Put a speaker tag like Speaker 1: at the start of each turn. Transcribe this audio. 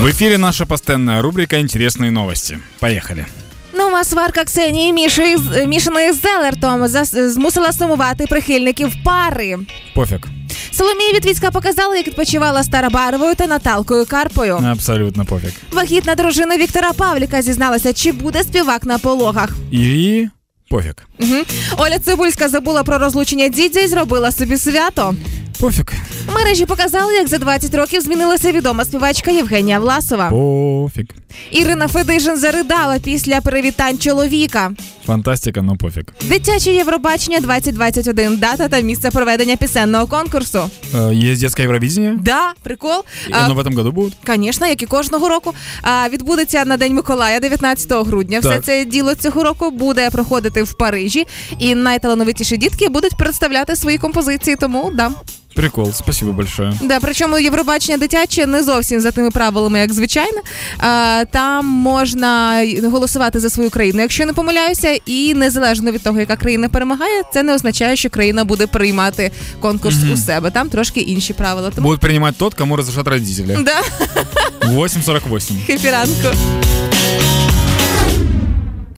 Speaker 1: В эфире наша постоянная рубрика «Интересные новости». Поехали.
Speaker 2: Нова Ну, сварка Ксенії Міші з Мішиної з Зелертом зас- змусила сумувати прихильників пари.
Speaker 1: Пофиг.
Speaker 2: Соломія Вітвіцька показала, як відпочивала з Тарабаровою та Наталкою Карпою.
Speaker 1: Абсолютно пофиг.
Speaker 2: Вагітна дружина Віктора Павліка зізналася, чи буде співак на пологах.
Speaker 1: И пофиг.
Speaker 2: Мгм. Оля Цибульська забула про розлучення дідзя і зробила собі свято.
Speaker 1: Пофиг.
Speaker 2: Мережі показали, як за 20 років змінилася відома співачка Євгенія Власова.
Speaker 1: Пофиг.
Speaker 2: Ірина Федишин заридала після привітань чоловіка.
Speaker 1: Фантастика, но пофиг.
Speaker 2: Дитяче Євробачення 2021. Дата та місце проведення пісенного конкурсу.
Speaker 1: Э, Есть детское Евровидение?
Speaker 2: Да, прикол.
Speaker 1: И
Speaker 2: А,
Speaker 1: Оно в этом году будет?
Speaker 2: Звісно, як і кожного року. А, відбудеться на День Миколая 19 грудня. Все
Speaker 1: Так.
Speaker 2: це діло цього року буде проходити в Парижі, і найталановитіші дітки будуть представляти свої композиції. Тому да.
Speaker 1: Прикол, спасибо большое.
Speaker 2: Да, причому Євробачення дитяче не зовсім за тими правилами, як звичайне. А, там можна й- голосувати за свою країну, якщо не помиляюся, і незалежно від того, яка країна перемагає, це не означає, що країна буде приймати конкурс у себе. Там трошки інші правила. Тому
Speaker 1: Будут принимать тот, кому разрешат родители.
Speaker 2: да,
Speaker 1: 8.48.
Speaker 2: хепіранку.